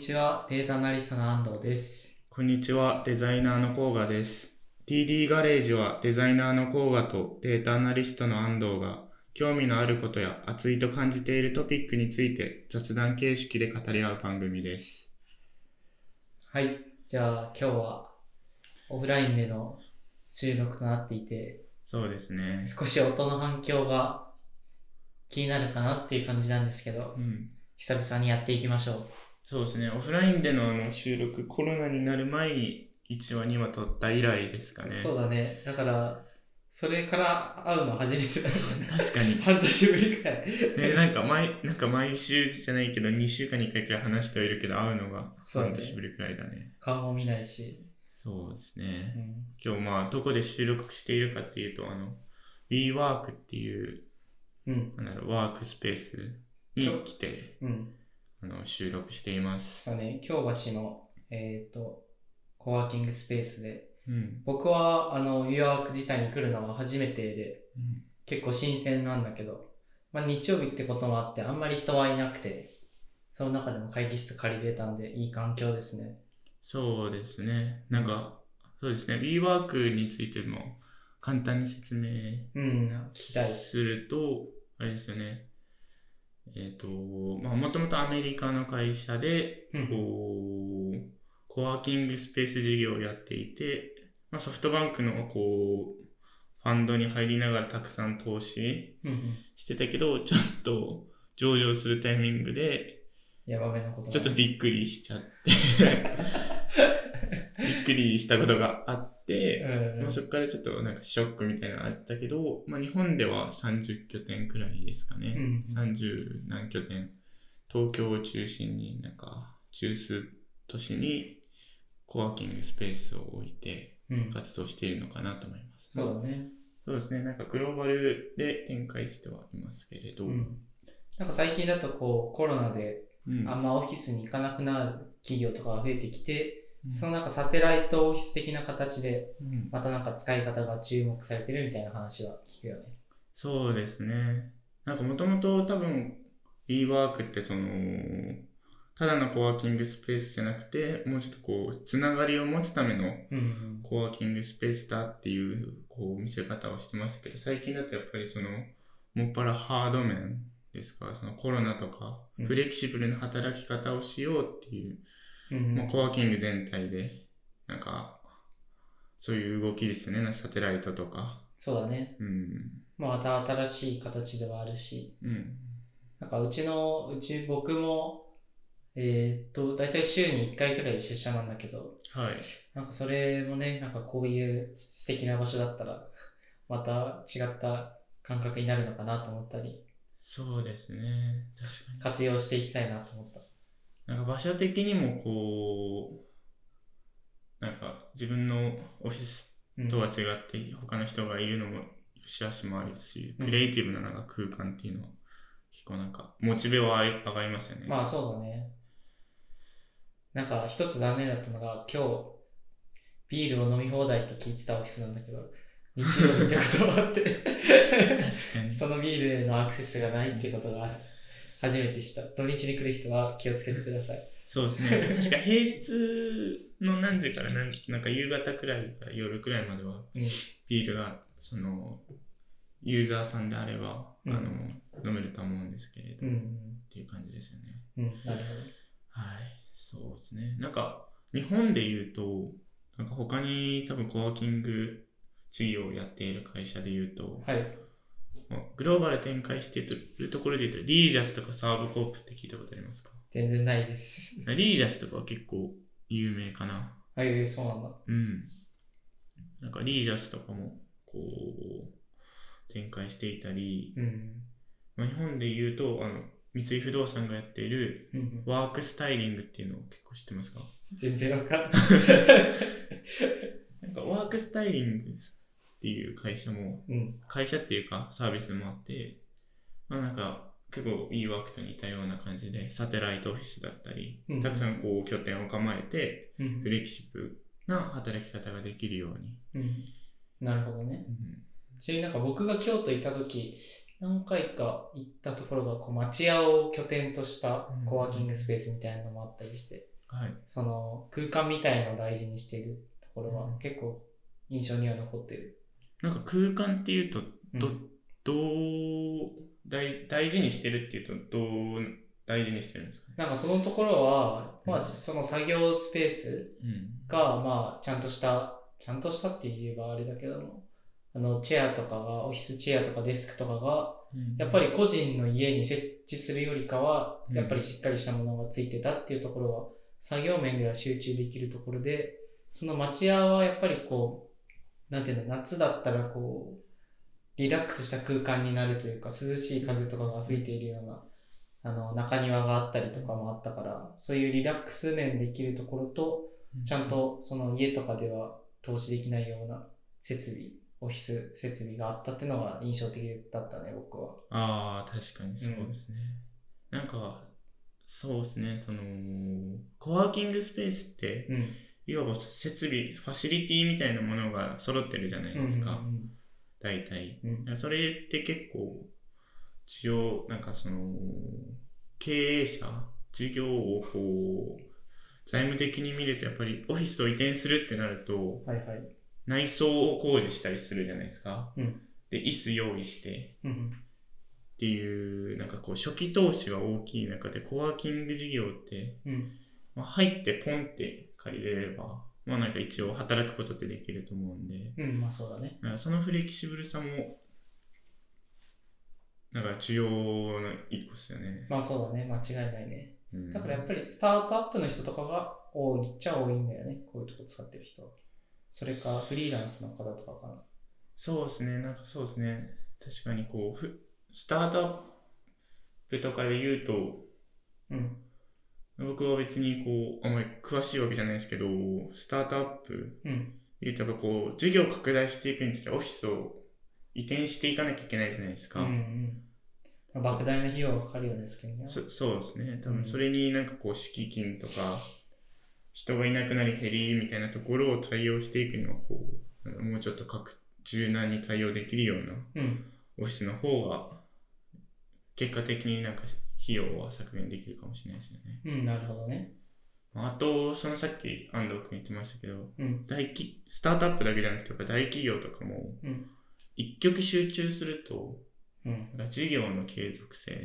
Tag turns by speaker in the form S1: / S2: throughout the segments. S1: ちは、データアナリストの安藤です。
S2: こんにちは、デザイナーの甲賀です。TD ガレージはデザイナーの甲賀とデータアナリストの安藤が興味のあることや熱いと感じているトピックについて雑談形式で語り合う番組です。
S1: はい。じゃあ、今日はオフラインでの収録となっていて、
S2: そうですね。
S1: 少し音の反響が気になるかなっていう感じなんですけど
S2: う、ん。
S1: 久々にやっていきましょう。
S2: そうですね。オフラインでのあの収録、コロナになる前に1話2話撮った以来ですかね。
S1: そうだね。だから、それから会うの初めてだね
S2: 確かに。
S1: 半年ぶりくらい。
S2: ね、なんか毎、なんか毎週じゃないけど、2週間に1回くらい話してはいるけど、会うのが
S1: そうね
S2: 半年ぶりくらいだね。
S1: 顔も見ないし。
S2: そうです
S1: う
S2: ね。
S1: ん
S2: 今日まあ、どこで収録しているかっていうと、あの、WeWork っていう、
S1: うん。
S2: なんだろう、ワークスペースに来て、
S1: うん。
S2: あの、収録しています
S1: そ。うね、京橋の、えっ、と、コワーキングスペースで、
S2: うん。
S1: 僕は、あの、ユアワーク自体に来るのは初めてで、
S2: うん
S1: 結構新鮮なんだけど、まあ、日曜日ってこともあって、あんまり人はいなくて、その中でも会議室借りれたんで、いい環境ですね。
S2: そうですね。なんか、そうですね。WeWork についても簡単に説明
S1: うん、聞きたい。
S2: すると、あれですよね。えっ、と、まあ、もともとアメリカの会社で、
S1: うん、
S2: こう、コワーキングスペース事業をやっていて、まあ、ソフトバンクの、こう、ファンドに入りながらたくさん投資
S1: うんうん、
S2: してたけど、ちょっと上場するタイミングで、
S1: やばめのことだね
S2: ちょっとびっくりしちゃって、びっくりしたことがあって、
S1: うん
S2: まあ、そこからちょっとなんかショックみたいなのあったけど、まあ、日本では30拠点くらいですか
S1: う
S2: ね、
S1: ん、
S2: 30何拠点東京を中心になんか中枢都市にコワーキングスペースを置いて
S1: うん、
S2: 活動しているのかなと思います
S1: そうだね。
S2: そうですねなんかグローバルで展開してはいますけれど、
S1: うん。なんか最近だとこう、コロナで
S2: うん
S1: あんまオフィスに行かなくなる企業とかが増えてきて、
S2: うん
S1: そのなんかサテライトオフィス的な形で、
S2: うん
S1: またなんか使い方が注目されてるみたいな話は聞くよね。
S2: そうですね。なんかもともと多分 WeWork ってその、ただのコワーキングスペースじゃなくて、もうちょっとこう、つながりを持つための
S1: うんうん。
S2: コワーキングスペースだっていう、こう、見せ方をしてましたけど、最近だとやっぱりその、もっぱらハード面ですか、そのコロナとか
S1: うん、
S2: フレキシブルな働き方をしようっていう、
S1: うんう
S2: まあ、
S1: ん
S2: コワーキング全体で、なんか、そういう動きですよね、サテライトとか。
S1: そうだね。
S2: うん。
S1: また新しい形ではあるし、
S2: うん。
S1: なんかうちの、うち僕も、えーっと、だいたい週に1回くらい出社なんだけど、
S2: はい。
S1: なんかそれもね、なんかこういう素敵な場所だったら、また違った感覚になるのかなと思ったり、
S2: そうですね。確か
S1: 活用していきたいなと思った。
S2: に。なんか場所的にもこう、なんか自分のオフィス
S1: うん、
S2: とは違って他の人がいるのもよし悪しもありですし、
S1: うん
S2: クリエイティブななんか空間っていうのは結構なんかモチベは上がりますよね。
S1: まあそうだね。なんか一つ残念だったのが、今日、ビールを飲み放題って聞いてたオフィスなんだけど、日曜日ってこともあって、
S2: 確かに。
S1: そのビールへのアクセスがないってことが初めて知った。土日に来る人は気をつけてください。
S2: そうですね。確か平日の何時から何なんか夕方くらいから夜くらいまでは
S1: うん
S2: ビールがそのユーザーさんであれば、
S1: うん
S2: あの飲めると思うんですけれど、
S1: うん
S2: っ、ていう感じですよね。
S1: うん、うん、なる
S2: はい、そうですね。なんか、日本で言うと、なんか他に多分コワーキング事業をやっている会社で言うと
S1: ほ、ど。はい。
S2: まあグローバル展開しているところで言うと、リージャスとかサーブコープって聞いたことありますか
S1: 全然ないです。
S2: リージャスとかは結構有名かな。
S1: はい、そうなんだ。
S2: うん。なんかリージャスとかも、こう、展開していたり、
S1: うん。
S2: まあ、日本で言うと、あの、三井不動産がやっている
S1: うんうん、
S2: ワークスタイリングっていうのを結構知ってますか
S1: 全然わか んない。
S2: なんかワークスタイリングっていう会社も、
S1: うん。
S2: 会社っていうかサービスもあって、まあなんか結構いいワークと似たような感じで、サテライトオフィスだったり
S1: うん、
S2: たくさんこう拠点を構えて、
S1: うん
S2: フレキシブルな働き方ができるように。
S1: うん。なるほどね。ちなみになんか僕が京都行った時、何回か行ったところがこう町屋を拠点としたコワーキングスペースみたいなのもあったりして、
S2: はい。
S1: その空間みたいのを大事にしているところ
S2: うん
S1: は結構印象には残ってる。
S2: なんか空間っていうと、
S1: うん
S2: ど、どう大、大事にしてるっていうと、どう大事にしてるんですかね。
S1: なんかそのところは、ま
S2: う
S1: あ
S2: ん
S1: その作業スペース
S2: うん。
S1: が、まあちゃんとした、ちゃんとしたって言えばあれだけども、あのチェアとかが、オフィスチェアとかデスクとかが、やっぱり個人の家に設置するよりかは、
S2: うん
S1: やっぱりしっかりしたものがついてたっていうところは、作業面では集中できるところで、その町屋はやっぱりこう、なんていうの、夏だったらこう、リラックスした空間になるというか、涼しい風とかが吹いているような、あの、中庭があったりとかもあったから、そういうリラックス面できるところと、
S2: う
S1: ちゃん、とその家とかでは投資できないような設備、オフィス設備があったっていうのが印象的だったね、僕は。
S2: ああ、確かにそうですね。なんか、そうですね、その、コワーキングスペースって、
S1: うん。
S2: いわば設備、ファシリティみたいなものが揃ってるじゃないですか、大体。
S1: うんうん
S2: だからそれって結構、一応、なんかその、経営者、事業をこう、財務的に見ると、やっぱりオフィスを移転するってなると
S1: う、ん。はいはい。
S2: 内装を工事したりするじゃないですか。
S1: うん
S2: で、椅子用意して、
S1: うん
S2: っていう、なんかこう、初期投資が大きい中で、コワーキング事業って、
S1: うん。うん。
S2: まあ、入ってポンって借りれれば、まあなんか一応働くことってできると思うんで、
S1: うん、まあそうだね。
S2: なんかそのフレキシブルさも、なんか重要な一個ですよね。
S1: まあそうだね。間違いないね。
S2: うん
S1: だからやっぱりスタートアップの人とかが多いっちゃ多いんだよね。こういうとこ使ってる人は。それかフリーランスの方とかかな。
S2: そうですね、なんかそうですね。確かにこう、ふスタートアップとかで言うと、
S1: うん。
S2: 僕は別にこう、あんまり詳しいわけじゃないですけど、スタートアップ
S1: うん。
S2: 言うとやっぱこう、事業を拡大していくにつれ、オフィスを移転していかなきゃいけないじゃないです
S1: う
S2: か。
S1: んうん。莫大な費用がかかるよね、それには。
S2: そそうですね。多
S1: う
S2: 分
S1: ん
S2: それになんかこう、敷金とか、人がいなくなり減りみたいなところを対応していくには、こう、なんかもうちょっとかく柔軟に対応できるような
S1: うん。
S2: オフィスの方が、結果的になんか費用は削減できるかもしれないですよね。
S1: うん、なるほどね。
S2: まああと、そのさっき安藤君言ってましたけど、
S1: うん。
S2: 大企スタートアップだけじゃなくてやっぱ大企業とかも、
S1: うん
S2: 一極集中すると
S1: うん。
S2: なんか事業の継続性っ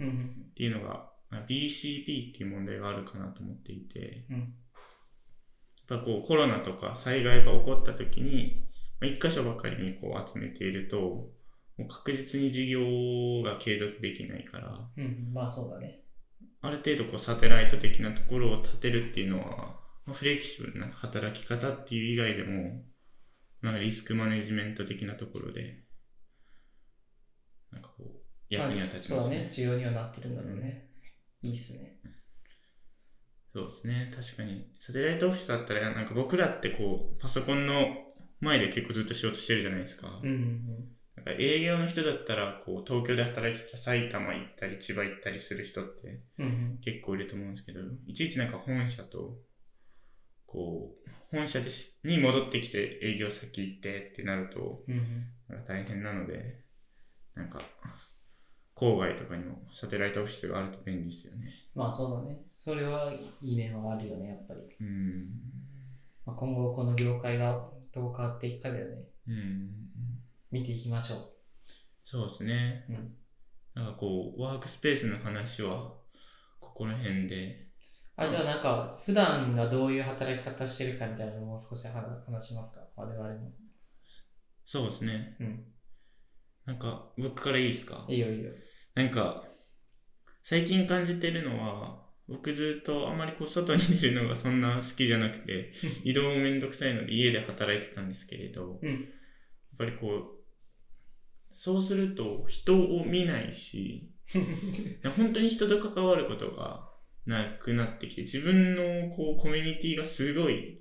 S1: うんうん。
S2: ていうのがあ BCP っていう問題があるかなと思っていて、
S1: うん
S2: やっぱこうコロナとか災害が起こった時にまあ一箇所ばかりにこう集めているともう確実に事業が継続できないから
S1: うん。まあそうだね。
S2: ある程度こうサテライト的なところを立てるっていうのは、まあフレキシブルな働き方っていう以外でも、なんかリスクマネジメント的なところで、なんかこう、役には立ち
S1: そう
S2: ま
S1: だ
S2: す
S1: ね
S2: ね。。
S1: 重要にはなってるんだろうね。いいっすね。
S2: そうですね。確かに。サテライトオフィスだったら、なんか僕らってこう、パソコンの前で結構ずっと仕事してるじゃないですか。
S1: うんうん
S2: なんか営業の人だったら、こう、東京で働いてた埼玉行ったり、千葉行ったりする人って、
S1: うん。うんうん。
S2: 結構いると思うんですけど、いちいちなんか本社と、こう、本社ですに戻ってきて営業先行ってってなると、
S1: うんうん
S2: なんか大変なので、なんか、郊外とかにもサテライトオフィスがあると便利ですよね。
S1: まあそうだね。それはいい面はあるよね、やっぱり。
S2: うん。
S1: まあ、今後この業界がどう変わっていくかだよね。
S2: うん。
S1: 見ていきましょ
S2: そうですね。
S1: う。うん。
S2: なんかこう、ワークスペースの話は、ここら辺で、
S1: あ、じゃあなんか、普段がどういう働き方してるかみたいなのをもう少し話話しますか我々の。
S2: そうですね。
S1: うん。
S2: なんか、僕からいいですか
S1: いいよいいよ。
S2: なんか、最近感じてるのは、僕ずっとあまりこう外に出るのがそんな好きじゃなくて、移動もめんどくさいので家で働いてたんですけれど、
S1: うん。
S2: やっぱりこう、そうすると人を見ないし、本当に人と関わることがなくなってきて、自分のこうコミュニティがすごい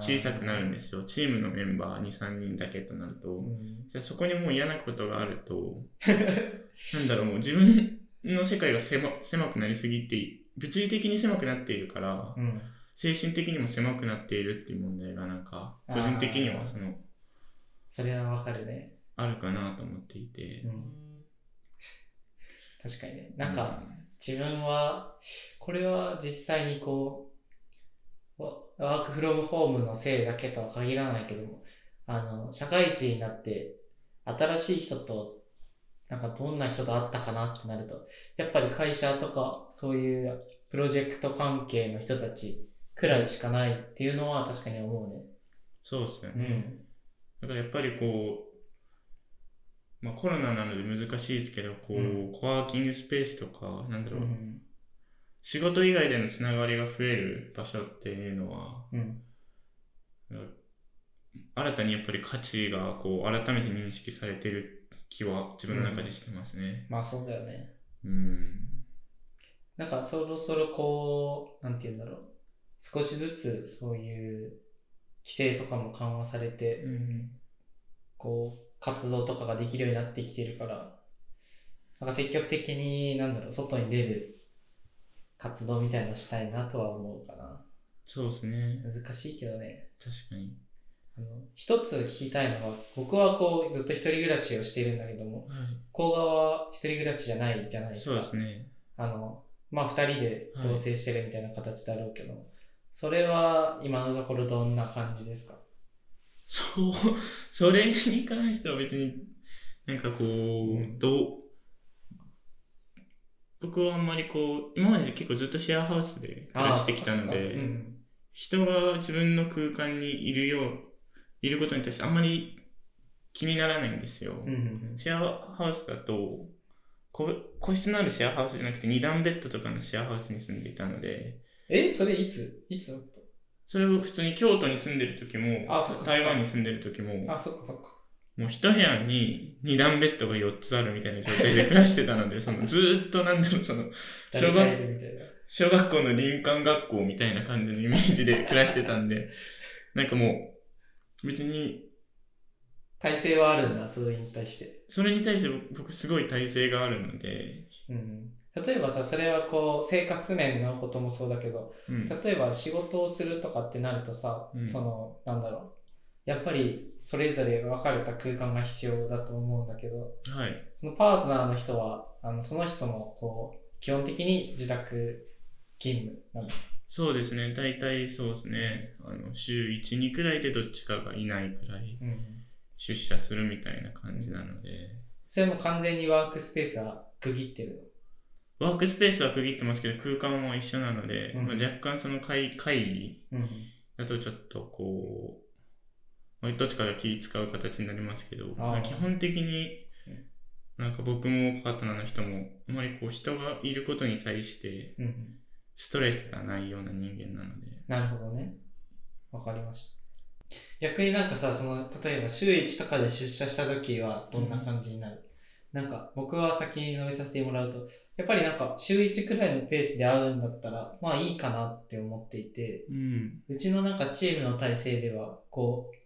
S2: 小さくなるんですすよ。チームのメンバー2、3人だけとなると。
S1: うん。
S2: じゃあそこにもう嫌なことがある と、なんだろう、もう自分の世界が狭狭くなりすぎて、物理的に狭くなっているから、
S1: うん。
S2: 精神的にも狭くなっているっていう問題が、なんか、
S1: あー
S2: 個人的にはその、
S1: それはわかるね。
S2: あるかなと思っていて
S1: う。ん。確かにね。なんか、自分はこれは実際にこうワークフロムホームのせいだけとは限らないけども、あの、社会人になって、新しい人と、なんかどんな人と会ったかなってなると、やっぱり会社とか、そういうプロジェクト関係の人たちくらいしかないっていうのは確かに思う
S2: そうですよね。
S1: ね。
S2: だからやっぱりこう、まあ、コロナなので難しいですけど、こう、
S1: うん
S2: コワーキングスペースとか、なんだ
S1: う
S2: ろう、
S1: ん。
S2: 仕事以外でのつながりが増える場所っていうのは、
S1: うん。
S2: 新たにやっぱり価値がこう改めて認識されてる気は自分の中でしてますね。
S1: まあそうだよね。
S2: うん。
S1: なんかそろそろこう、なんて言うんだろう。少しずつそういう規制とかも緩和されて、
S2: うん。
S1: こう、活動とかができるようになってきてるから、なんか積極的に、なんだろう、外に出る活動みたいなのしたいなとは思うかな。
S2: そうですね。
S1: 難しいけどね。
S2: 確かに。
S1: あの、一つ聞きたいのは、僕はこう、ずっと一人暮らしをしているんだけども、
S2: は
S1: 甲賀は一人暮らしじゃないじゃない
S2: い。
S1: ですか。
S2: そうですね。
S1: あの、まあ、二人で同棲してるみたいな形だろうけど、それは今のところどんな感じですか
S2: そう、 それに関しては別に、なんかこう、
S1: うん
S2: どう、僕はあんまりこう、今まで結構ずっとシェアハウスで暮らしてきたの
S1: あーそっかそっ
S2: で、
S1: かうん
S2: 人が自分の空間にいるよう、いることに対してあんまり気にならないんですよ。
S1: うんうん
S2: シェアハウスだと、こ個室のあるシェアハウスじゃなくて2段ベッドとかのシェアハウスに住んでいたので、
S1: え、それいついつのこ
S2: それを普通に京都に住んでる時も、
S1: あそっかそっか
S2: 台湾に住んでる時も、
S1: とあ、そっかそっか。
S2: もう一部屋に2段ベッドが4つあるみたいな状態で暮らしてたの で、そのずーっとなんだろう、その、
S1: 誰
S2: 小
S1: がい
S2: 学、
S1: るみたいな。
S2: 小学校の林間学校みたいな感じのイメージで暮らしてたんで、なんかもう、別に、
S1: 体制はあるんだ、それに対して。
S2: それに対して僕僕すごい耐性があるので、
S1: うん。例えばさ、それはこう、生活面のこともそうだけど、
S2: うん。
S1: 例えば仕事をするとかってなるとさ、
S2: うん
S1: その、なんだろう。やっぱり、それぞれ分かれた空間が必要だと思うんだけど、
S2: はい。
S1: そのパートナーの人は、あのその人のこう基本的に自宅勤務なの。
S2: そうですね、大体そうですね、あの週1、2くらいでどっちかがいないくらい
S1: うん、
S2: 出社するみたいな感じなので、
S1: それも完全にワークスペースは区切ってる
S2: ワークスペースは区切ってますけど、空間は一緒なので、
S1: うん
S2: まあ、若干その会会議
S1: の。うん、
S2: だとちょっとこう、まあどっちかが気使う形になりますけど、
S1: あー
S2: 基本的に
S1: うん、
S2: なんか僕もパートナーの人も、あまりこう人がいることに対して
S1: うん、
S2: ストレスがないような人間なので。
S1: なるほどね。わかりました。逆になんかさ、その例えば週1とかで出社した時はどんな感じになる、なんか僕は先に飲みさせてもらうと、やっぱりなんか週1くらいのペースで会うんだったら、まあいいかなって思っていて、
S2: うん。
S1: うちのなんかチームの体制では、こう、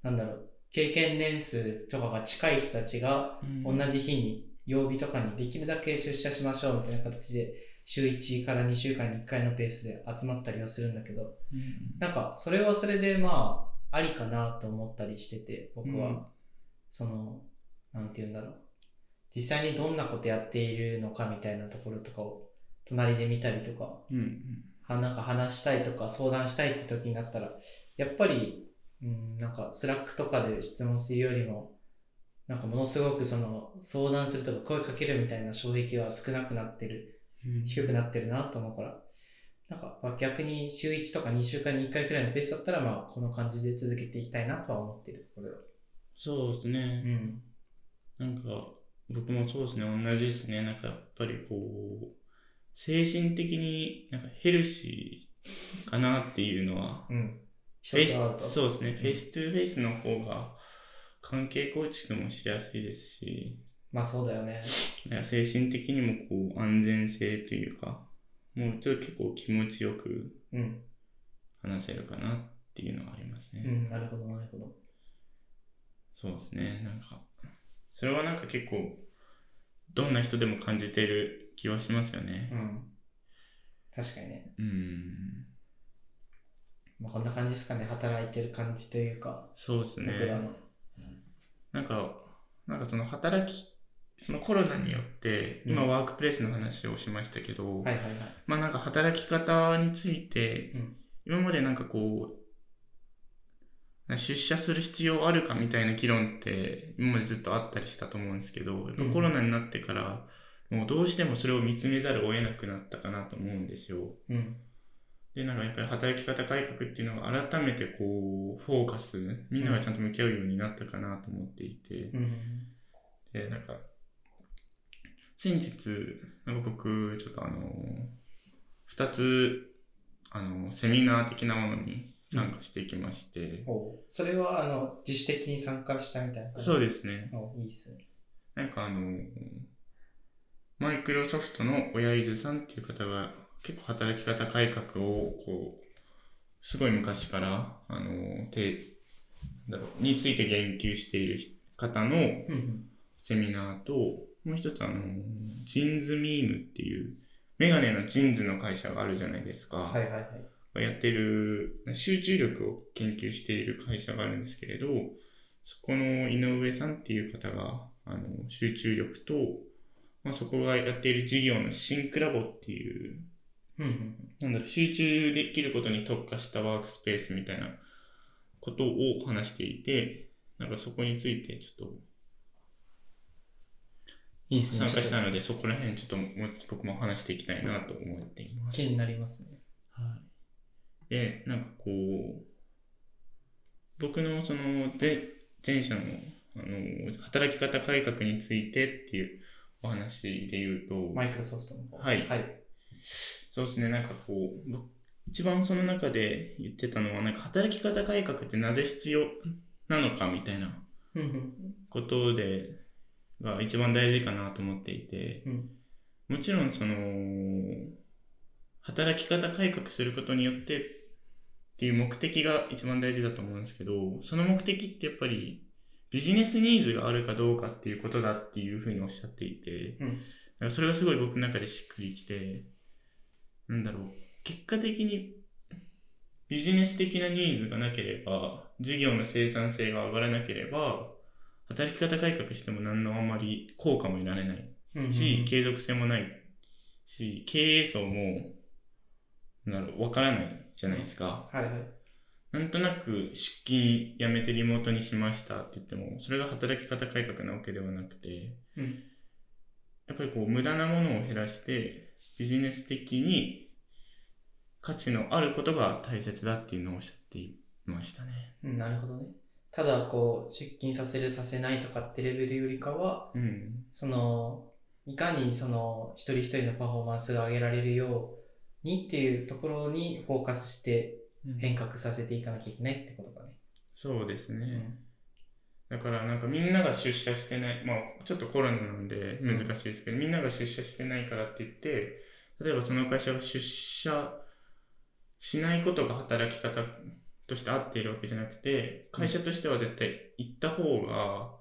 S1: なんだろう、経験年数とかが近い人たちが、同じ日に、曜日とかにできるだけ出社しましょうみたいな形で、週1から2週間に1回のペースで集まったりはするんだけど、
S2: うん
S1: なんか、それはそれでまあ、ありかなと思ったりしてて、僕は、
S2: うん
S1: その、なんて言うんだろう。実際にどんなことやっているのかみたいなところとかを、隣で見たりとか、
S2: うん。
S1: はなんか話したいとか相談したいって時になったらやっぱり、うん、なんかスラックとかで質問するよりもなんかものすごくその相談するとか声かけるみたいな障壁は少なくなってる
S2: うん
S1: 低くなってるなと思うからなんかまあ逆に週1とか2週間に1回くらいのペースだったらまあこの感じで続けていきたいなとは思ってるこれは
S2: そうです
S1: う
S2: ね。
S1: ん
S2: なんか、僕もそうですね、同じですね。なんかやっぱりこう、精神的になんかヘルシーかなっていうのは、
S1: うん
S2: フェイス
S1: 人と会うと
S2: そうですね、
S1: ん
S2: フェイストゥフェイスの方が関係構築もしやすいですし、
S1: まあそうだよね
S2: なんか精神的にもこう安全性というか、もうちょっと結構気持ちよく
S1: うん
S2: 話せるかなっていうのはありますね。
S1: うんなるほどなるほど
S2: そうですね、なんか、それはなんか結構、どんな人でも感じてる気はしますよね
S1: う。ん確かにね
S2: うん、
S1: まあ、こんな感じですかね、働いてる感じというか、
S2: そうです
S1: 僕ら
S2: ね。
S1: の。
S2: なんか、なんかその働き、そのコロナによって、今
S1: うん
S2: ワークプレイスの話をしましたけど、
S1: はいはいはい。
S2: まあなんか働き方について
S1: うん、
S2: 今までなんかこう、出社する必要あるかみたいな議論って今までずっとあったりしたと思うんですけど、やっぱコロナになってから、もうどうしてもそれを見つめざるを得なくなったかなと思うんですよ。
S1: うん。
S2: で、なんかやっぱり働き方改革っていうのは改めてこう、フォーカス、みんながちゃんと向き合うようになったかなと思っていて、
S1: うん。
S2: で、なんか、先日、なんか僕、ちょっとあの、二つ、あの、セミナー的なものに参加してきまして、
S1: おそれは、あの、自主的に参加したみたいな感じ
S2: そうですね。
S1: おいいっすね。
S2: なんかあの、マイクロソフトの親伊豆さんっていう方が、結構働き方改革を、こう、すごい昔から、あの、て、なんだろう、について言及している方の、
S1: うん。
S2: セミナーと、もう一つあの、ジンズミームっていう、メガネのジンズの会社があるじゃないですか。
S1: はいはいはい。
S2: やってる、集中力を研究している会社があるんですけれど、そこの井上さんっていう方が、あの、集中力と、まあ、そこがやっている事業のシンクラボっていう、
S1: うんうん。
S2: なんだろう、集中できることに特化したワークスペースみたいなことを話していて、なんかそこについてちょっと
S1: いいっすね。
S2: 参加した
S1: ちょっ
S2: ので、そこら辺ちょっともう僕も話していきたいなと思っていま
S1: と
S2: す。
S1: 気になりますね。
S2: はい、で、なんかこう、僕のその前前者のあの働き方改革についてっていうお話で言うと、
S1: マイクロソフトの方。
S2: はい
S1: はい。
S2: そうですね、なんかこう、僕一番その中で言ってたのは、なんか働き方改革ってなぜ必要なのかみたいな
S1: うんうん。
S2: ことで、が一番大事かなと思っていて、
S1: うん
S2: もちろんその、働き方改革することによってっていう目的が一番大事だと思うんですけど、その目的ってやっぱりビジネスニーズがあるかどうかっていうことだっていうふうにおっしゃっていて、
S1: うん
S2: だからそれがすごい僕の中でしっくりきて、なんだろう、結果的にビジネス的なニーズがなければ、事業の生産性が上がらなければ、働き方改革しても何のあんまり効果も得られない
S1: うんうん
S2: し、継続性もないし、経営層も、なるわからないじゃないですか。
S1: はいはい。
S2: なんとなく出勤辞めてリモートにしましたって言っても、それが働き方改革なわけではなくて、
S1: うん
S2: やっぱりこう無駄なものを減らして、ビジネス的に価値のあることが大切だっていうのをおっしゃっていましたね。
S1: うんなるほどね。ただ、こう、出勤させる、させないとかってレベルよりかは、
S2: うん。
S1: そのいかにその一人一人のパフォーマンスが上げられるようにっていうところにフォーカスして変革させていかなきゃいけないってことかね。
S2: そうですね。
S1: うん
S2: だからなんかみんなが出社してない、まあちょっとコロナなんで難しいですけど、みんなが出社してないからって言って、例えばその会社が出社しないことが働き方として合っているわけじゃなくて、会社としては絶対行った方が、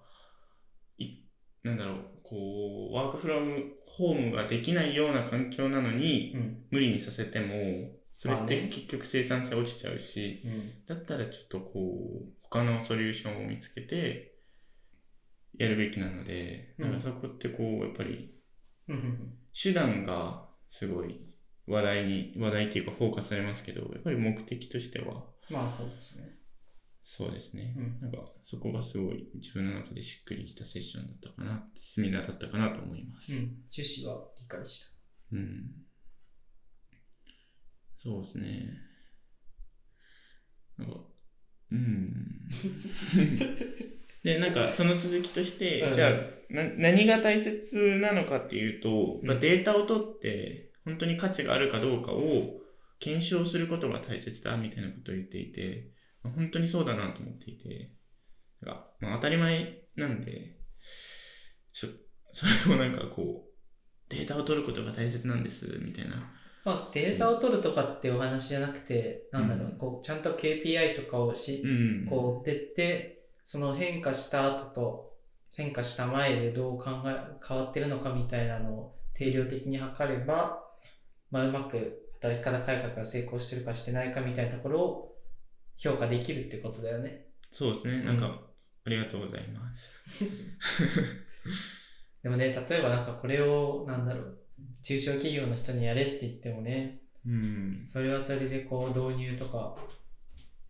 S2: いなんだろう、こう、ワークフロムホームができないような環境なのに、
S1: うん
S2: 無理にさせても、それっ
S1: まあ
S2: て
S1: ね
S2: 結局生産性落ちちゃうし、
S1: うん
S2: だったらちょっとこう、他のソリューションを見つけて、やるべきなので、
S1: うん
S2: なんかそこってこう、やっぱり、
S1: うんうん
S2: 手段がすごい話題に、話題っていうかフォーカスされますけど、やっぱり目的としては、
S1: まあそうですね。
S2: そうですね。
S1: うん
S2: なんかそこがすごい自分の中でしっくりきたセッションだったかな、セミナーだったかなと思います。
S1: うん、趣旨は理解し
S2: うん。そうですね。なんか、うん。 で、なんかその続きとして、
S1: うん
S2: じゃあな、何が大切なのかっていうと、まあ、
S1: うん
S2: データを取って、本当に価値があるかどうかを検証することが大切だみたいなことを言っていて、まあ本当にそうだなと思っていて、なんかまあ、当たり前なんで、ちょそれもなんかこう、データを取ることが大切なんですみたいな。
S1: た。まあデータを取るとかってお話じゃなくて、なんだろ
S2: う、
S1: うんこうちゃんと KPI とかをし
S2: う、ん。
S1: こう追ってって、その変化した後と変化した前でどう考え、変わってるのかみたいなのを定量的に測れば、まあ、うまく働き方改革が成功してるかしてないかみたいなところを評価できるってことだよね。
S2: そうですね。なんか、
S1: うん
S2: ありがとうございます。
S1: でもね、例えばなんかこれを、なんだろう、中小企業の人にやれって言ってもね、
S2: うん。
S1: それはそれでこう導入とか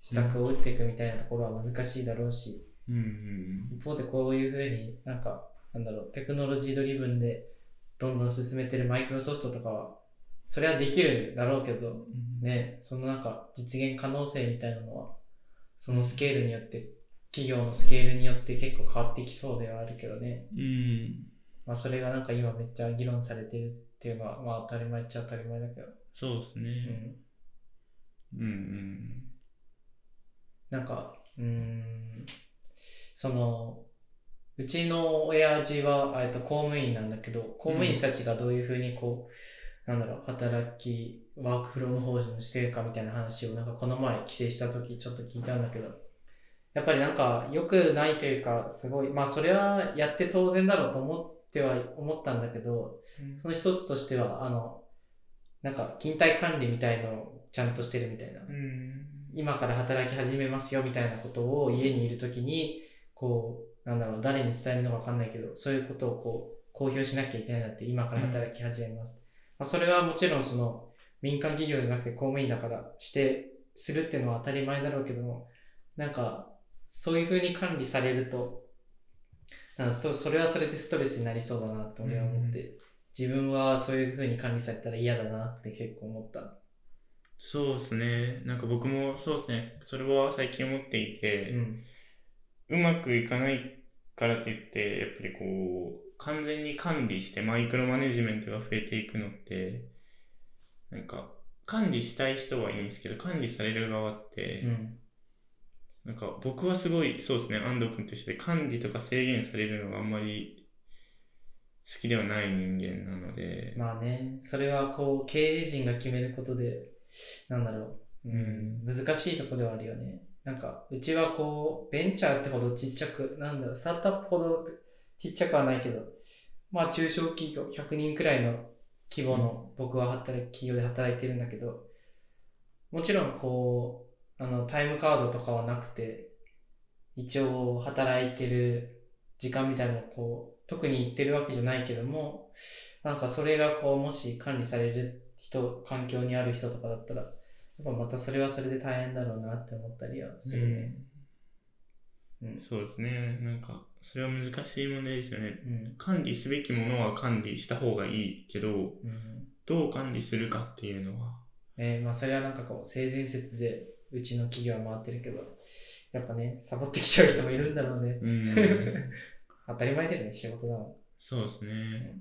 S1: 施策を打っていくみたいなところは難しいだろうし、
S2: うんうん。
S1: 一方でこういうふうになんかなんだろうテクノロジードリブンでどんどん進めてるマイクロソフトとかはそれはできるんだろうけど
S2: うん。
S1: ねそのなんか実現可能性みたいなのはそのスケールによって企業のスケールによって結構変わってきそうではあるけどね、
S2: うん。
S1: まあ、それがなんか今めっちゃ議論されてるっていうのはまあ当たり前っちゃ当たり前だけど、
S2: そうです
S1: う
S2: ね。
S1: ん、
S2: うんうん。
S1: なんかうーんそのうちの親父はえっと公務員なんだけど公務員たちがどういうふうにこう、なんだろう働きワークフローの方にしてるかみたいな話をなんかこの前帰省した時ちょっと聞いたんだけどやっぱりなんか良くないというかすごいまあそれはやって当然だろうと思っては思ったんだけどその一つとしてはあのなんか勤怠管理みたいのをちゃんとしてるみたいな。
S2: うん。
S1: 今から働き始めますよみたいなことを家にいる時にこうなんだろう誰に伝えるのか分かんないけどそういうことをこう公表しなきゃいけないなって今から働き始めます、まあ、それはもちろんその民間企業じゃなくて公務員だからしてするっていうのは当たり前だろうけどもなんかそういうふうに管理されるとなんかストそれはそれでストレスになりそうだなって俺は思って、自分はそういうふうに管理されたら嫌だなって結構思った。
S2: そうですね。なんか僕もそうですね。それは最近思っていて、
S1: うん
S2: うまくいかないからといって、やっぱりこう、完全に管理してマイクロマネジメントが増えていくのって、なんか、管理したい人はいいんですけど、管理される側って、
S1: うん
S2: なんか僕はすごい、そうですね、安藤君として管理とか制限されるのがあんまり好きではない人間なので、
S1: まあね、それはこう経営陣が決めることで、なんだろう、うん、難しいとこではあるよね。なんか、うちはこう、ベンチャーってほどちっちゃく、なんだろう、スタートアップほどちっちゃくはないけど、まあ中小企業、100人くらいの規模の僕は働く企業で働いてるんだけど、もちろんこう、あの、タイムカードとかはなくて、一応働いてる時間みたいなのをこう、特に言ってるわけじゃないけども、なんかそれがこう、もし管理される人、環境にある人とかだったら、やっぱまたそれはそれで大変だろうなって思ったりはするね。うん。うん。
S2: そうですね、なんか、それは難しい問題ですよね。管理すべきものは管理した方がいいけど、
S1: うん
S2: どう管理するかっていうのは、
S1: ねまあ、それはなんかこう、性善説でうちの企業は回ってるけど、やっぱね、サボってきちゃう人もいるんだろうね。
S2: うん
S1: 当たり前だよね、仕事だも
S2: そうですね。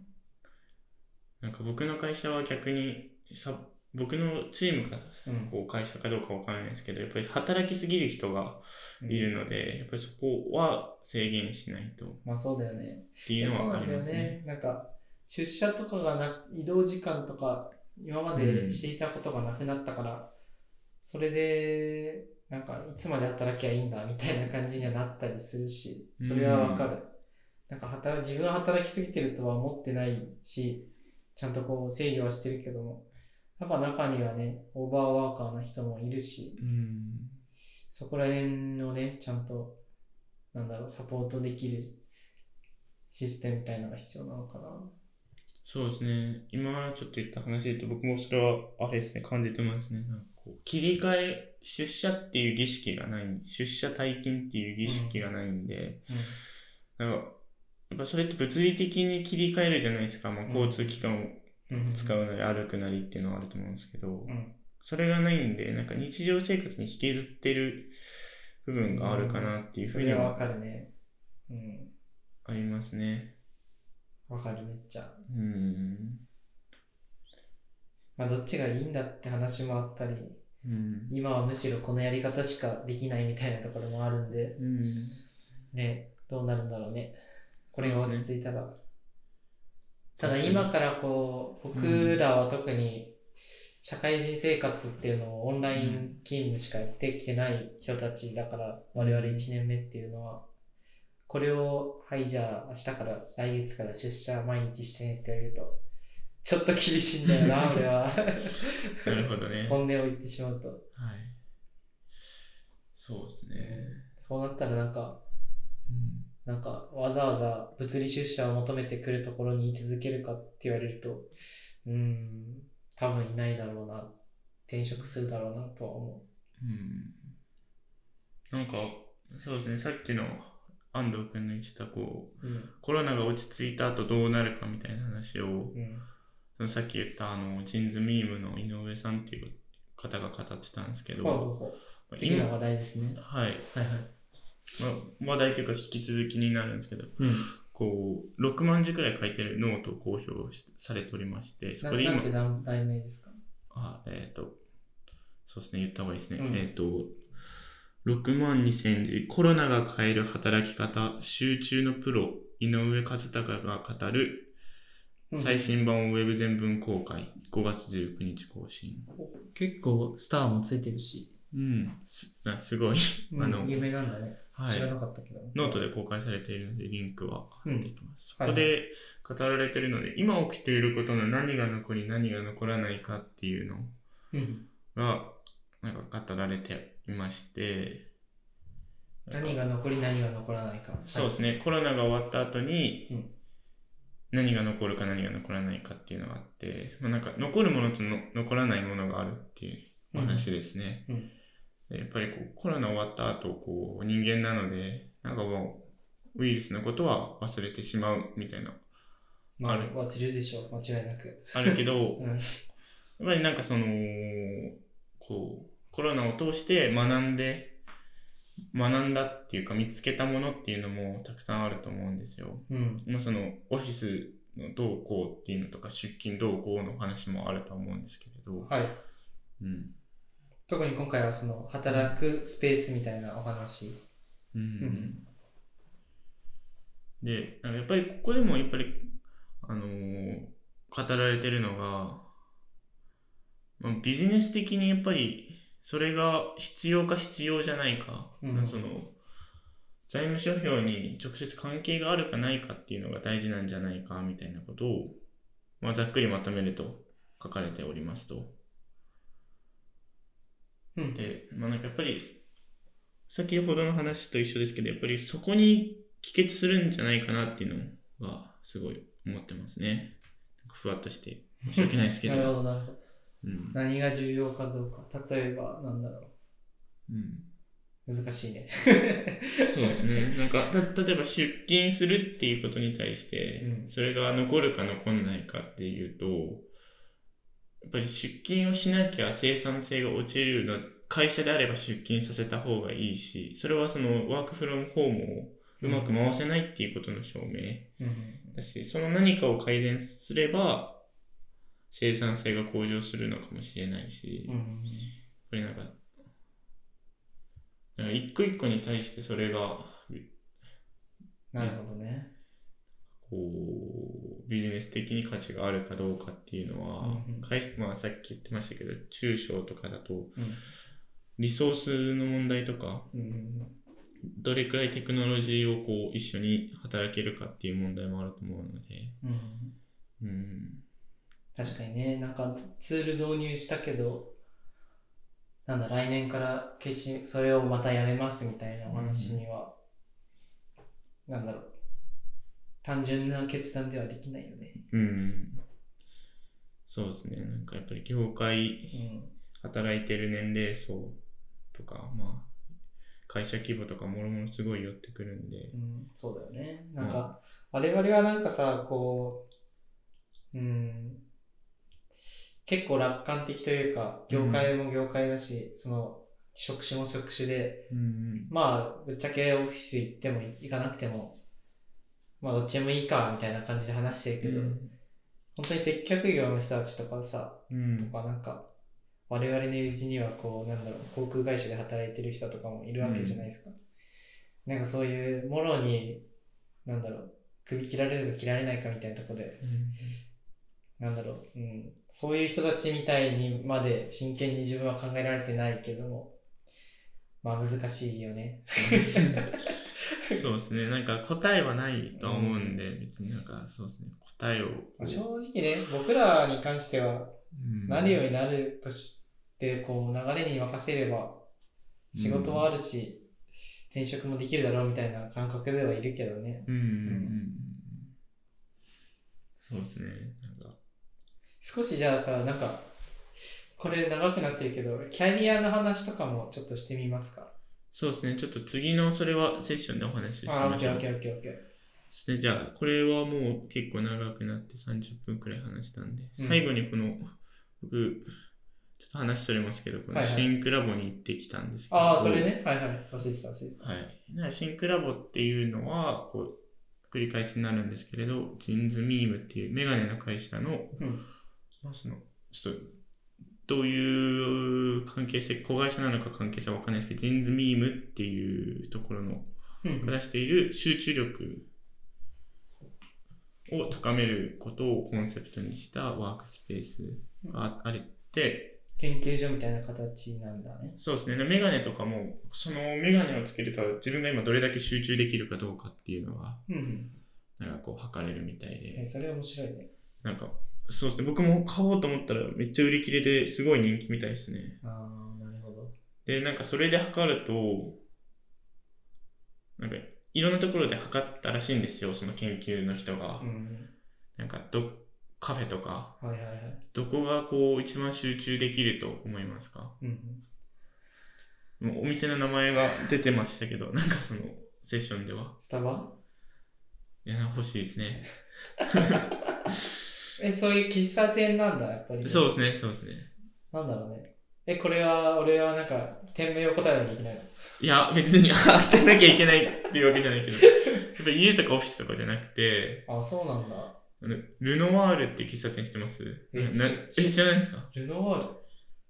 S2: なんか僕の会社は逆にさ、僕のチームが
S1: ん。うん。
S2: こう会社かどうかわからないですけど、やっぱり働きすぎる人が
S1: うん
S2: いるので、やっぱりそこは制限しないとっ
S1: まあそうだよね。
S2: ていう
S1: そ
S2: の
S1: う
S2: は
S1: なん
S2: あり
S1: だよ
S2: ますね。
S1: ね。なんか、出社とかがな、移動時間とか、今までしていたことがなくなったから、それで、なんか、いつまで働きゃいいんだ、みたいな感じにはなったりするし、それはわかる。なんか働、自分は働きすぎてるとは思ってないし、ちゃんとこう制御はしてるけども、やっぱ中にはね、オーバーワーカーな人もいるし、
S2: うん。
S1: そこら辺をね、ちゃんと、なんだろう、サポートできるシステムみたいなのが必要なのかな。
S2: そうですね。今ちょっと言った話で言うと、僕もそれはあれですね、感じてますね。なんかこう切り替え、出社っていう儀式がない、出社退勤っていう儀式がないんで、なんか、やっぱそれって物理的に切り替えるじゃないですか。まあ、
S1: うん
S2: 交通機関を
S1: うん。
S2: 使うなり歩くなりっていうのはあると思うんですけど、
S1: ん
S2: それがないんで、なんか日常生活に引きずってる部分があるかなっていうふ
S1: そう
S2: に
S1: れはわ
S2: は
S1: かるね。うん。
S2: ありますね。
S1: わかる、めっちゃ。
S2: うん。
S1: まあ、どっちがいいんだって話もあったり、
S2: うん。
S1: 今はむしろこのやり方しかできないみたいなところもあるんで、
S2: うん。
S1: ね、どうなるんだろうね。これが落ち着いたら。た
S2: 確
S1: だ
S2: かに
S1: 今からこう、僕らは特に社会人生活っていうのをオンライン勤務しかやってきてない人たちだから、我々1年目っていうのは、これを、はい、じゃあ明日から、来月から出社毎日してねって言われると、ちょっと厳しいんだよな、俺は。
S2: なるほどね。はい。
S1: 本音を言ってしまうと。
S2: そうですね。
S1: そうなったらなんか、なんかわざわざ物理出社を求めてくるところに居続けるかって言われると、うーん、多分いないだろうな、転職するだろうなとは思
S2: うんなんか、そうですね、さっきの安藤君の言ってた、こう、
S1: う。うん。
S2: コロナが落ち着いた後どうなるかみたいな話を、
S1: うん。
S2: そのさっき言った、あの、ジーンズミームの井上さんっていう方が語ってたんですけど、
S1: ほうほうほう次の話題ですね。
S2: は
S1: は
S2: い、
S1: いはい。
S2: ま話題というか引き続きになるんですけど、
S1: うん。
S2: こう、6万字くらい書いてるノートを公表しされておりまして、そこで
S1: ななん
S2: 今
S1: て、題題名ですか
S2: あ、えっ、と、そうですね、言った方がいいですね。
S1: うん
S2: えっ、と、6万2000字、コロナが変える働き方、集中のプロ、井上和孝が語る、最新版をウェブ全文公開、5月19日更新。
S1: うん結構スターもついてるし、
S2: うん、すすごい、
S1: うん
S2: あの
S1: 有名なんだね。
S2: はい
S1: 知ら。なかったけど。
S2: ノートで公開されているので、リンクは貼っていきます。
S1: うん
S2: そこで語られているので、今起きていることの何が残り、何が残らないかっていうの
S1: うん。
S2: が、なんか語られていまして、
S1: 何が残り何が残らないか。
S2: そうです
S1: ね。
S2: ね、コロナが終わった後に、
S1: うん
S2: 何が残るか何が残らないかっていうのがあって、まあ、なんか残るものとの残らないものがあるっていうお話ですね。
S1: うんうん
S2: でやっぱりこうコロナ終わった後こう人間なのでなんかもうウイルスのことは忘れてしまうみたいな
S1: ま
S2: あ
S1: あ、
S2: る
S1: 忘れるでしょう、間違いなく。
S2: あるけど、
S1: うん
S2: やっぱりなんかそのこうコロナを通して学んで学んだっていうか見つけたものっていうのもたくさんあると思うんですよ。
S1: うん。
S2: まあ、そのオフィスのどうこうっていうのとか出勤どうこうの話もあると思うんですけれど、
S1: はい。
S2: うん
S1: 特に今回はその働くスペースみたいなお話。
S2: うん
S1: ん
S2: でなんかやっぱりここでもやっぱり、あのー語られてるのが、まあ、ビジネス的にやっぱりそれが必要か必要じゃないか、
S1: うん
S2: その財務諸表に直接関係があるかないかっていうのが大事なんじゃないかみたいなことを、まあ、ざっくりまとめると書かれておりますと。
S1: うん。
S2: で、まあ、なんかやっぱりす先ほどの話と一緒ですけどやっぱりそこに帰結するんじゃないかなっていうのはすごい思ってますねなんかふわっとして申し訳ないですけど
S1: なるほど、なるほど。
S2: うん、
S1: 何が重要かどうか。例えば、なんだろ
S2: うん、
S1: う。難しいね。
S2: そうですねなんかた例えば出勤するっていうことに対して、
S1: うん
S2: それが残るか残んないかっていうとやっぱり出勤をしなきゃ生産性が落ちるの会社であれば出勤させた方がいいしそれはそのワークフロムホームをうまく回せないっていうことの証明
S1: うん。
S2: だし、その何かを改善すれば、生産性が向上するのかもしれないし、
S1: う
S2: こ
S1: ん。
S2: れなんか、なんか一個一個に対してそれが、
S1: なるほどね。
S2: こう、ビジネス的に価値があるかどうかっていうのは、
S1: うんうん
S2: 会社まあさっき言ってましたけど、中小とかだと、
S1: うん。
S2: リソースの問題とか、
S1: うん。
S2: どれくらいテクノロジーをこう一緒に働けるかっていう問題もあると思うので、
S1: うん。
S2: うん、
S1: 確かにね、なんかツール導入したけど、なんだ、来年から決心、それをまたやめますみたいなお話には、なんだろう、単純な決断ではできないよね。
S2: うん。そうですね。なんかやっぱり業界、
S1: う
S2: 働いてる年齢層とか、まあ、会社規模とかもろもろすごい寄ってくるんで。
S1: ん、うん、そうだよね。なんか、我々はなんかさ、こう、うん、結構楽観的というか、業界も業界だし、その、職種も職種で、
S2: うん。
S1: まあ、ぶっちゃけオフィス行っても行かなくても、まあ、どっちでもいいか、みたいな感じで話してるけど、本当に接客業の人たちとかさ、
S2: うん。
S1: とかなんか、我々の友人にはこう、なんだろう、航空会社で働いてる人とかもいるわけじゃないですか。なんかそういう、もろに、なんだろう、首切られるか切られないかみたいなとこで、なんだろう、うん、そういう人たちみたいにまで真剣に自分は考えられてないけども、まあ難しいよね。
S2: そうですね。なんか答えはないとは思うんで、別になんかそうですね。答えをこう。
S1: 正直ね、僕らに関しては、
S2: うん
S1: なるようになるとして、こう、流れに任せれば、仕事はあるし、転職もできるだろうみたいな感覚ではいるけどね。
S2: うんうんうんうん。そうですね。なんか、
S1: 少しじゃあさ、なんか、これ長くなってるけど、キャリアの話とかもちょっとしてみますか。
S2: そうですね。ちょっと次のそれはセッションでお話しし
S1: あ、オ
S2: ま
S1: ッ
S2: し
S1: ケ
S2: ょ
S1: ー
S2: う。
S1: オッケ
S2: で
S1: ーオッケーオッケー。
S2: すね。じゃあ、これはもう結構長くなって30分くらい話したんで、
S1: うん
S2: 最後にこの、僕、ちょっと話それますけど、この
S1: はいはい
S2: 新クラボに行ってきたんですけど。
S1: ああ、それね。はいはい。忘れてた、忘れてた。
S2: はい、な新クラボっていうのはこう繰り返しになるんですけれどジンズミームっていうメガネの会社の,、
S1: うん
S2: まあ、そのちょっとどういう関係性子会社なのか関係性は分かんないですけどジンズミームっていうところの
S1: うんうん。
S2: 出している集中力を高めることをコンセプトにしたワークスペースがあって、
S1: 研究所みたいな形なんだね。
S2: そうですね。メガネとかも、そのメガネをつけると自分が今どれだけ集中できるかどうかっていうのが、
S1: うん
S2: なんかこう測れるみたい
S1: うん。え
S2: で、
S1: それ面白いね。
S2: なんか、そうですね。僕も買おうと思ったらめっちゃ売り切れですごい人気みたいですね。
S1: ああ、なるほど。
S2: で、なんかそれで測ると、なんかいろんなところで測ったらしいんですよ、その研究の人が。
S1: うん。
S2: なんかど、カフェとか、
S1: はいはいはい。
S2: どこがこう一番集中できると思いますか
S1: うんうん。
S2: もうお店の名前が出てましたけど、なんかそのセッションでは。
S1: スタバ
S2: いや、欲しいですね。
S1: え、そういう喫茶店なんだ、やっぱり。
S2: そう
S1: う。
S2: ですね、そうですね。
S1: なんだろうね。え、これは、俺はなんか、店名を答えなきゃいけないの。
S2: いや、別に当てなきゃいけないっていうわけじゃないけど、やっぱ家とかオフィスとかじゃなくて、
S1: あ、そうなんだ。
S2: あのルノワールっていう喫茶店知ってます
S1: え
S2: な
S1: 知
S2: え知らないですか
S1: ルノワール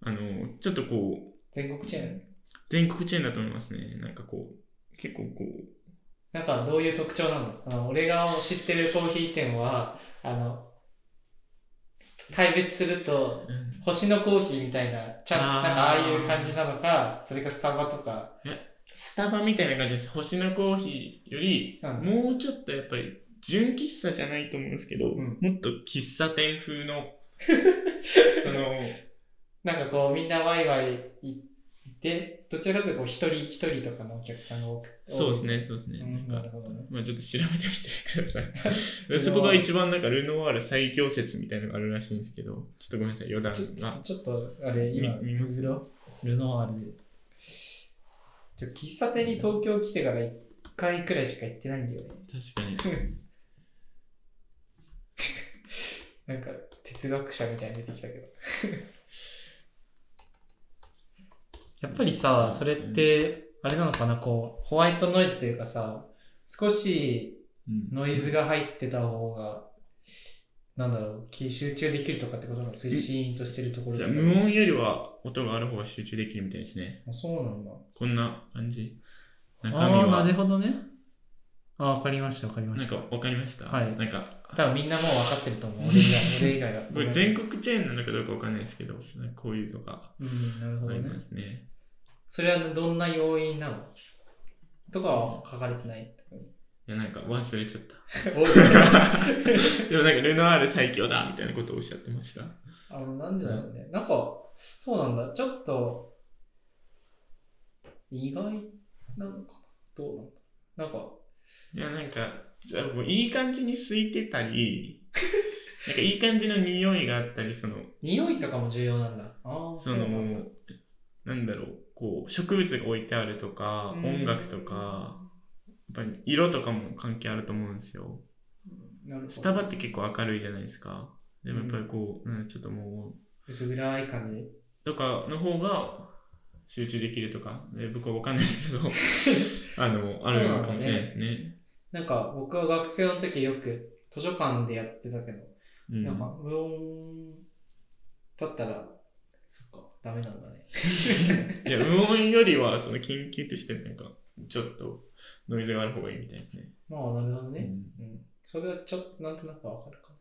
S2: あの、ちょっとこう、
S1: 全国チェーン
S2: 全国チェーンだと思いますね。なんかこう、結構こう、
S1: なんかどういう特徴なのあの俺が知ってるコーヒー店は、あの、対別すると、
S2: うん
S1: 星のコーヒーみたいな、ちゃん
S2: あー
S1: なんかああいう感じなのか、それかスタバとか、
S2: スタバみたいな感じです。星のコーヒーより、
S1: うん
S2: もうちょっとやっぱり、純喫茶じゃないと思うんですけど、
S1: ん
S2: もっと喫茶店 風の、その、
S1: なんかこうみんなワイワイ行って、どちらかというとこう一人一人とかのお客さんが多く
S2: そうです。ね、そうですね。
S1: 多い
S2: な
S1: う
S2: ん
S1: ん、
S2: か
S1: なるほどね。
S2: まあ、ちょっと調べてみてく だ
S1: ル
S2: さ
S1: ノワール
S2: い。そこが一番なんかルノワール最強説みたいのがあるらしいんですけど、ちょっとごめんなさい、余談
S1: ちょちょ
S2: が
S1: っと。ちょっと、あれ、今、
S2: み見ます
S1: ググろうルノワールで。ちょ喫茶店に東京来てから1回くらいしか行ってないんだよね。
S2: 確か
S1: なんか哲学者みたいに出てきたけど やっぱりさそれってあれなのかなこうホワイトノイズというかさ少し
S2: に。うん
S1: ノイズが入ってた方がなんだろうき集中できるとかってことなのそういうシーンとしてるところ
S2: じ
S1: と
S2: ゃ
S1: か
S2: あ無音よりは音がある方が集中できるみたいですね。
S1: あそうなんだ
S2: こんな感じ。中身
S1: ああ
S2: は
S1: なるほどねあわかりましたわかりま
S2: なん
S1: し
S2: か
S1: た
S2: わかりました。
S1: はい
S2: なんか、
S1: 多分みんなもう分かってると思う俺以外俺以外は
S2: これ全国チェーンなのかどうかわかんないですけど、なんかこういうのが
S1: うんなるほ
S2: あ
S1: ど
S2: り
S1: ね
S2: ますね。
S1: それはどんな要因なのとかは書かれて ない。
S2: いや、なんか忘れちゃ った。
S1: お
S2: でもなんかルノワール最強だみたいなことをおっしゃってました。
S1: あの、なんでだろうね。なんか、そうなんだ。ちょっと、意外なのかな。どうなんだなんか、
S2: いや、なんか、じゃあもういい感じに空いてたり、なんかいい感じの匂いがあったり、その、
S1: 匂いとかも重要なんだ。ああ、
S2: そ
S1: な
S2: の
S1: んだ、
S2: なんだろう、こう、植物が置いてあるとか、
S1: うん
S2: 音楽とか、やっぱり色とかも関係あると思うんですよ。
S1: うんなるほど。
S2: スタバって結構明るいじゃないですか。でもやっぱりこう、うん、ちょっとも
S1: 薄暗い感じ。
S2: う、とかの方が集中できるとか、で僕はわかんないですけど、あの、あるのかもしれないですね。
S1: なんか、僕は学生の時よく図書館でやってたけど、
S2: うん
S1: なんか、無音だったら、そっか、ダメなんだね。
S2: いや、無音よりは、その研究として、なんか、ちょっとノイズがある方がいいみたいですね。
S1: まあ、なるほど
S2: う
S1: ね。
S2: ん
S1: うん。それはちょっと、なんとなくわかるかな。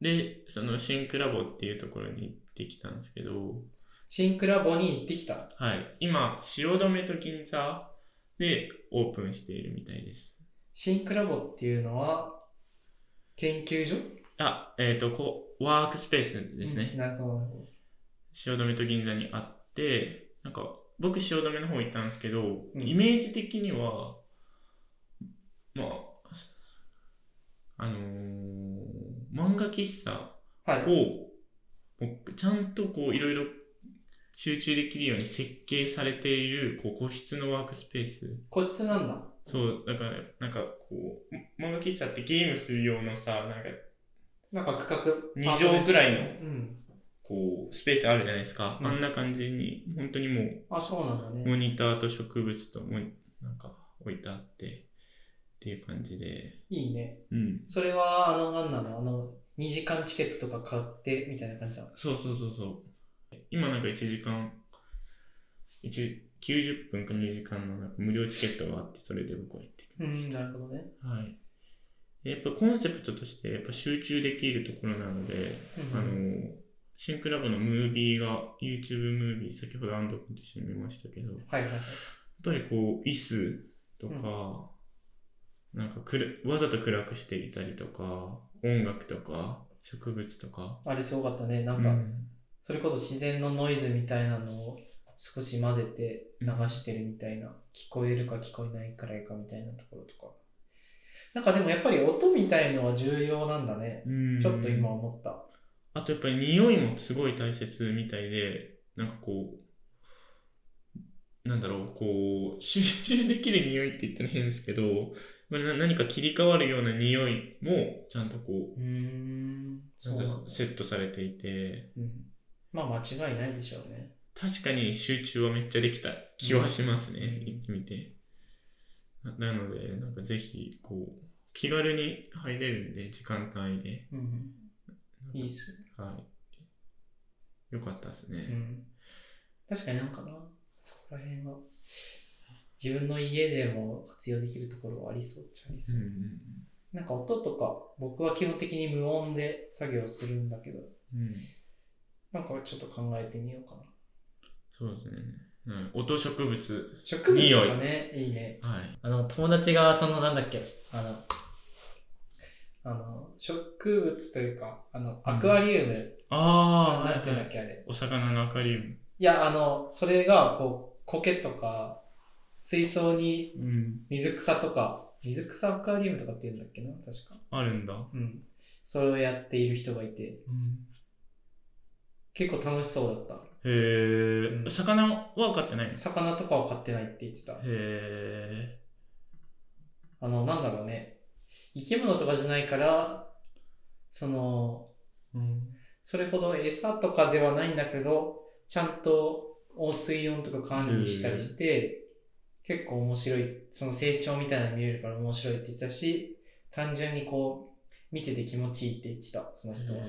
S2: で、そのシンクラボっていうところに行ってきたんですけど、
S1: シンクラボに行ってきた。
S2: はい。今、汐留と銀座でオープンしているみたいです。
S1: シンクラボっていうのは、研究所
S2: あ、えっ、と、こう、ワークスペースです
S1: うん
S2: ね。
S1: なるほどなるほど。
S2: 汐留と銀座にあって、なんか、僕、汐留の方行ったんですけど、
S1: うん
S2: イメージ的には、まあ、あのー漫画喫茶
S1: はい。
S2: をちゃんとこういろいろ集中できるように設計されているこう個室のワークスペース
S1: 個室なんだ。
S2: そうだからなんかこう漫画喫茶ってゲームする用のさなんか
S1: なんか区画。
S2: 2畳ぐらいの
S1: うん。
S2: こうスペースあるじゃないですか、
S1: うん
S2: あんな感じに本当にもう
S1: あ、そうなんだね。
S2: モニターと植物ともなんか置いてあってっていう感じで
S1: いいね。
S2: うん
S1: それは、あの、なんなのあの、2時間チケットとか買って、みたいな感じだ。
S2: そうそうそうそう今なんか1時間1 90分か2時間のなんか無料チケットがあってそれで僕は行ってき
S1: う
S2: まし
S1: ん、
S2: た、
S1: なるほどね。
S2: はいでやっぱコンセプトとしてやっぱ集中できるところなので、
S1: うん
S2: あのシンクラブのムービーが YouTube ムービー先ほど安藤君と一緒に見ましたけど
S1: はいはいはい。
S2: やっぱりこう椅子とか、なんかくるわざと暗くしていたりとか音楽とか植物とか
S1: あれすごかったね。なん
S2: う
S1: か、
S2: ん
S1: それこそ自然のノイズみたいなのを少し混ぜて流してるみたいな。聞こえるか聞こえないくらいかみたいなところとか。なんかでもやっぱり音みたいのは重要なんだね。
S2: うん
S1: ちょっと今思った。
S2: あとやっぱり匂いもすごい大切みたいでなんかこうなんだろうこう集中できる匂いって言ったら変ですけどまあな何か切り替わるような匂いもちゃんとこ
S1: うーん。
S2: う
S1: そうなんだ。
S2: セットされていて
S1: うん。まあ間違いないでしょうね。
S2: 確かに集中はめっちゃできた気はしますね、
S1: うん
S2: 行ってみてななのでなんかぜひこう気軽に入れるんで時間単位で
S1: うん。いいっ
S2: す
S1: す。
S2: はいよかったですね、
S1: うん。確かになんかな、そこら辺は、自分の家でも活用できるところはありそうっちゃありそう。
S2: う
S1: なんか音とか、僕は基本的に無音で作業するんだけど、
S2: んうん、
S1: なんかちょっと考えてみようかな。
S2: そうですね、うん、音植物
S1: 植物とかね、いいね。
S2: はい
S1: あの、友達が、その、なんだっけ、あの、あの、植物というか、あの、アクアリウム、
S2: あ
S1: なんていうん
S2: は
S1: だっ
S2: い
S1: け、あれ。
S2: お魚のアカリウム、
S1: いや、あの、それが、こう、苔とか、水槽に
S2: うん、
S1: 水草とか、水草アクアリウムとかって言うんだっけな、確か。
S2: あるんだ、
S1: うん。それをやっている人がいて、
S2: うん、
S1: 結構楽しそうだっ
S2: へえ、
S1: うん
S2: 魚は飼ってないん
S1: た。
S2: です
S1: 魚とかは飼ってないって言ってた
S2: へ。え
S1: あの、なんだろうね。生き物とかじゃないから、その、
S2: うん
S1: それほど餌とかではないんだけど、ちゃんと温水温とか管理したりして、結構面白い、その成長みたいなの見れるから面白いって言ってたし、単純にこう、見てて気持ちいいって言ってた、その人は。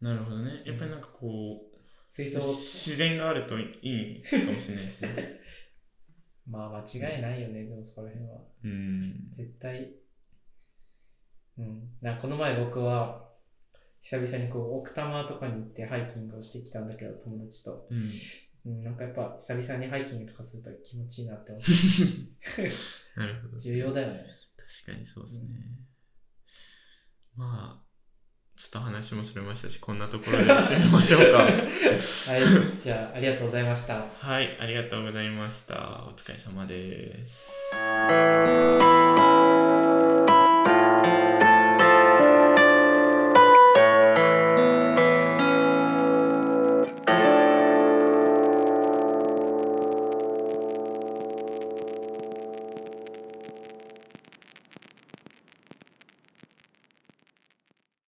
S2: なるほどね。やっぱりなんかこう、
S1: 水槽
S2: 自然があるといいかもしれないで すね。
S1: まあ間違いないよね、でもそこら辺は。
S2: うん。
S1: 絶対。うん。なんかこの前僕は、久々にこう奥多摩とかに行ってハイキングをしてきたんだけど、友達と。
S2: うん。
S1: うん、なんかやっぱ久々にハイキングとかすると気持ちいいなって思 ったし、
S2: なるほど。
S1: 重要だよね。
S2: 確かにそうですね。まあ、ちょっと話もそれましたし、こんな ところで締めましょう か。
S1: はい、じゃあありがとうございました。
S2: はい、ありがとうございました。お疲れ様です。